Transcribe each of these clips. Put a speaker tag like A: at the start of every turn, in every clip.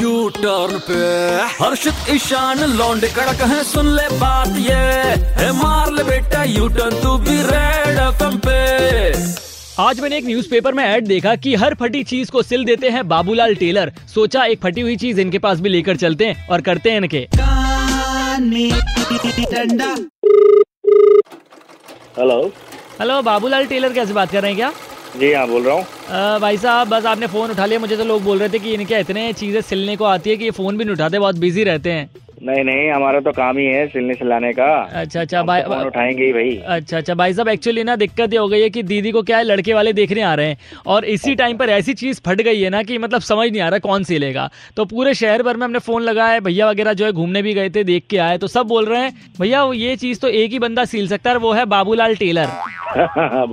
A: You turn पे हर्षित ईशान लौंडे कड़क है सुन ले बात ये है मार ले बेटा यू टर्न तू भी रेड एफएम पे
B: आज मैंने एक न्यूज़पेपर में ऐड देखा कि हर फटी चीज को सिल देते हैं बाबूलाल टेलर सोचा एक फटी हुई चीज इनके पास भी लेकर चलते हैं और करते हैं इनके
C: हेलो
B: हेलो बाबूलाल टेलर कैसे बात कर रहे हैं क्या
C: जी हाँ बोल रहा हूँ
B: अ, भाई साहब बस आपने फोन उठा लिया मुझे तो लोग बोल रहे थे कि इनके इतने चीजें सिलने को आती है कि ये फोन भी नहीं उठाते बहुत बिजी रहते हैं
C: नहीं नहीं हमारा तो काम ही है सिलने सिलाने का
B: अच्छा अच्छा
C: हम तो फोन
B: भाई
C: उठाएंगे ही भाई
B: अच्छा अच्छा भाई साहब एक्चुअली ना दिक्कत ये हो गई है कि दीदी को क्या है लड़के वाले देखने आ रहे हैं और इसी टाइम पर ऐसी चीज़ फट गई है ना कि मतलब समझ नहीं आ रहा कौन सी लेगा तो पूरे शहर भर में हमने फ़ोन लगाया है भैया वगैरह जो है घूमने भी गए थे देख के आए तो सब बोल रहे हैं भैया वो ये चीज़ तो एक ही बंदा सिल सकता है और वो है बाबूलाल टेलर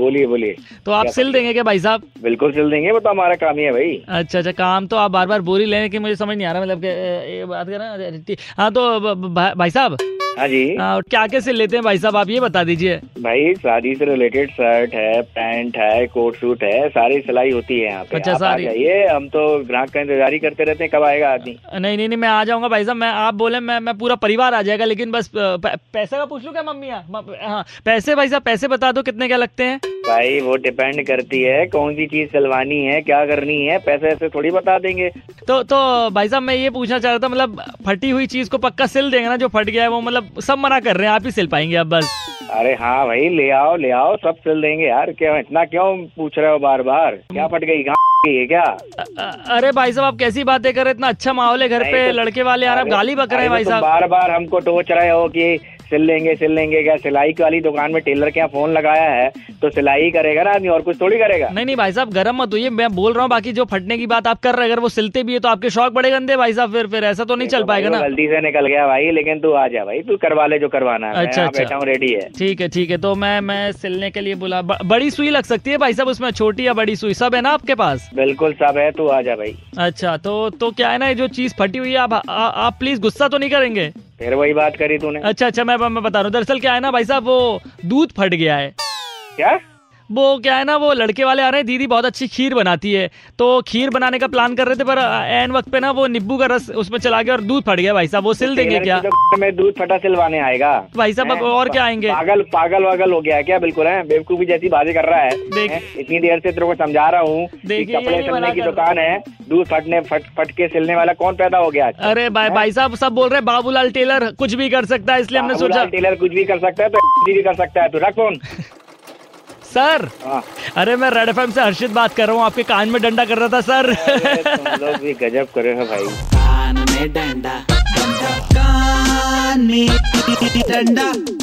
C: बोलिए बोलिए
B: तो आप सिल देंगे क्या भाई साहब
C: बिल्कुल सिल देंगे वो तो हमारा काम ही है भाई
B: अच्छा अच्छा काम तो आप बार बार बोल ही रहे हैं कि मुझे समझ नहीं आ रहा मतलब कि अ, ये बात कर रहे हैं ठीक- हाँ तो ब- ब- भा- भाई साहब
C: हाँ जी
B: हाँ, क्या क्या सिल लेते हैं भाई साहब आप ये बता दीजिए
C: भाई शादी से रिलेटेड शर्ट है पैंट है कोट सूट है सारी सिलाई होती है यहाँ पे
B: अच्छा,
C: आप आ
B: सारी।
C: जाइए हम तो ग्राहक का इंतजार ही करते रहते हैं कब आएगा आदमी
B: नहीं नहीं नहीं मैं आ जाऊंगा भाई साहब मैं आप बोले मैं मैं पूरा परिवार आ जाएगा लेकिन बस अ, प- पैसे का पूछ लूं क्या मम्मी या- म- हाँ पैसे भाई साहब पैसे बता दो कितने क्या लगते हैं
C: भाई वो डिपेंड करती है कौन सी चीज सिलवानी है क्या करनी है पैसे ऐसे थोड़ी बता देंगे
B: तो तो भाई साहब मैं ये पूछना चाह रहा था मतलब फटी हुई चीज को पक्का सिल देंगे ना जो फट गया है वो मतलब सब मना कर रहे हैं आप ही सिल पाएंगे अब बस
C: अरे हाँ भाई ले आओ ले आओ सब सिल देंगे यार क्या इतना क्यों पूछ रहे हो बार बार क्या फट गई गाँव गई है क्या
B: अ- अ- अरे भाई साहब आप कैसी बातें कर रहे हैं इतना अच्छा माहौल है घर
C: नहीं
B: पे
C: तो-
B: लड़के वाले यार आप
C: अरे-
B: गाली बक रहे
C: अरे
B: हैं भाई
C: तो तुम
B: साहब
C: बार बार हमको टोच रहे हो कि सिल लेंगे सिल लेंगे क्या सिलाई वाली दुकान में टेलर के यहाँ फोन लगाया है तो सिलाई ही करेगा ना आदमी और कुछ थोड़ी करेगा
B: नहीं नहीं भाई साहब गर्म मत होइए मैं बोल रहा हूँ बाकी जो फटने की बात आप कर रहे हैं अगर वो सिलते भी है तो आपके शौक बड़े गंदे हैं भाई साहब फिर फिर ऐसा तो नहीं चल
C: तो भाई
B: पाएगा
C: वो
B: ना
C: गलती से निकल गया भाई लेकिन तू आ जा भाई तू करवा ले जो करवाना है मैं
B: अच्छा,
C: यहाँ
B: अच्छा।
C: बैठा हूँ रेडी है
B: ठीक है ठीक है तो मैं मैं सिलने के लिए बुला ब, बड़ी सुई लग सकती है भाई साहब उसमें छोटी या बड़ी सुई सब है ना आपके पास
C: बिल्कुल सब है तू आ जा भाई
B: अच्छा तो तो क्या है ना ये जो चीज फटी हुई है आप आ, आप प्लीज गुस्सा तो नहीं करेंगे
C: फिर वही बात करी तूने
B: अच्छा अच्छा मैं मैं बता रहा हूँ दरअसल क्या है ना भाई साहब वो दूध फट गया है
C: क्या
B: वो क्या है ना वो लड़के वाले आ रहे हैं दीदी बहुत अच्छी खीर बनाती है तो खीर बनाने का प्लान कर रहे थे पर आ, एन वक्त पे ना वो नींबू का रस उसमें चला गया और दूध फट गया भाई साहब वो सिल देंगे
C: टेलर
B: क्या
C: की दुकान में दूध फटा सिलवाने आएगा
B: भाई साहब अब
C: हैं?
B: और क्या आएंगे
C: पागल पागल वागल हो गया है क्या बिल्कुल है बेवकूफी जैसी बातें कर रहा है
B: देख-
C: हैं? इतनी देर से तेरे को समझा रहा हूँ कि
B: देखिए, ये
C: कपड़े
B: नहीं
C: सिलने
B: बना
C: की
B: कर-
C: दुकान है दूध फटने फट फट के सिलने वाला कौन पैदा हो गया आज?
B: अरे भाई भाई साहब सब बोल रहे हैं बाबूलाल टेलर कुछ भी कर सकता है इसलिए हमने
C: बाबूलाल
B: सोचा
C: टेलर कुछ भी कर सकता है तो भी कर सकता है तू रख फोन
B: सर
C: हाँ।
B: अरे मैं रेड एफएम से हर्षित बात कर रहा हूँ आपके कान में डंडा कर रहा था सर
C: अरे, तुम लोग भी गजब करे हो भाई
D: कान में डंडा डंडा कान में डंडा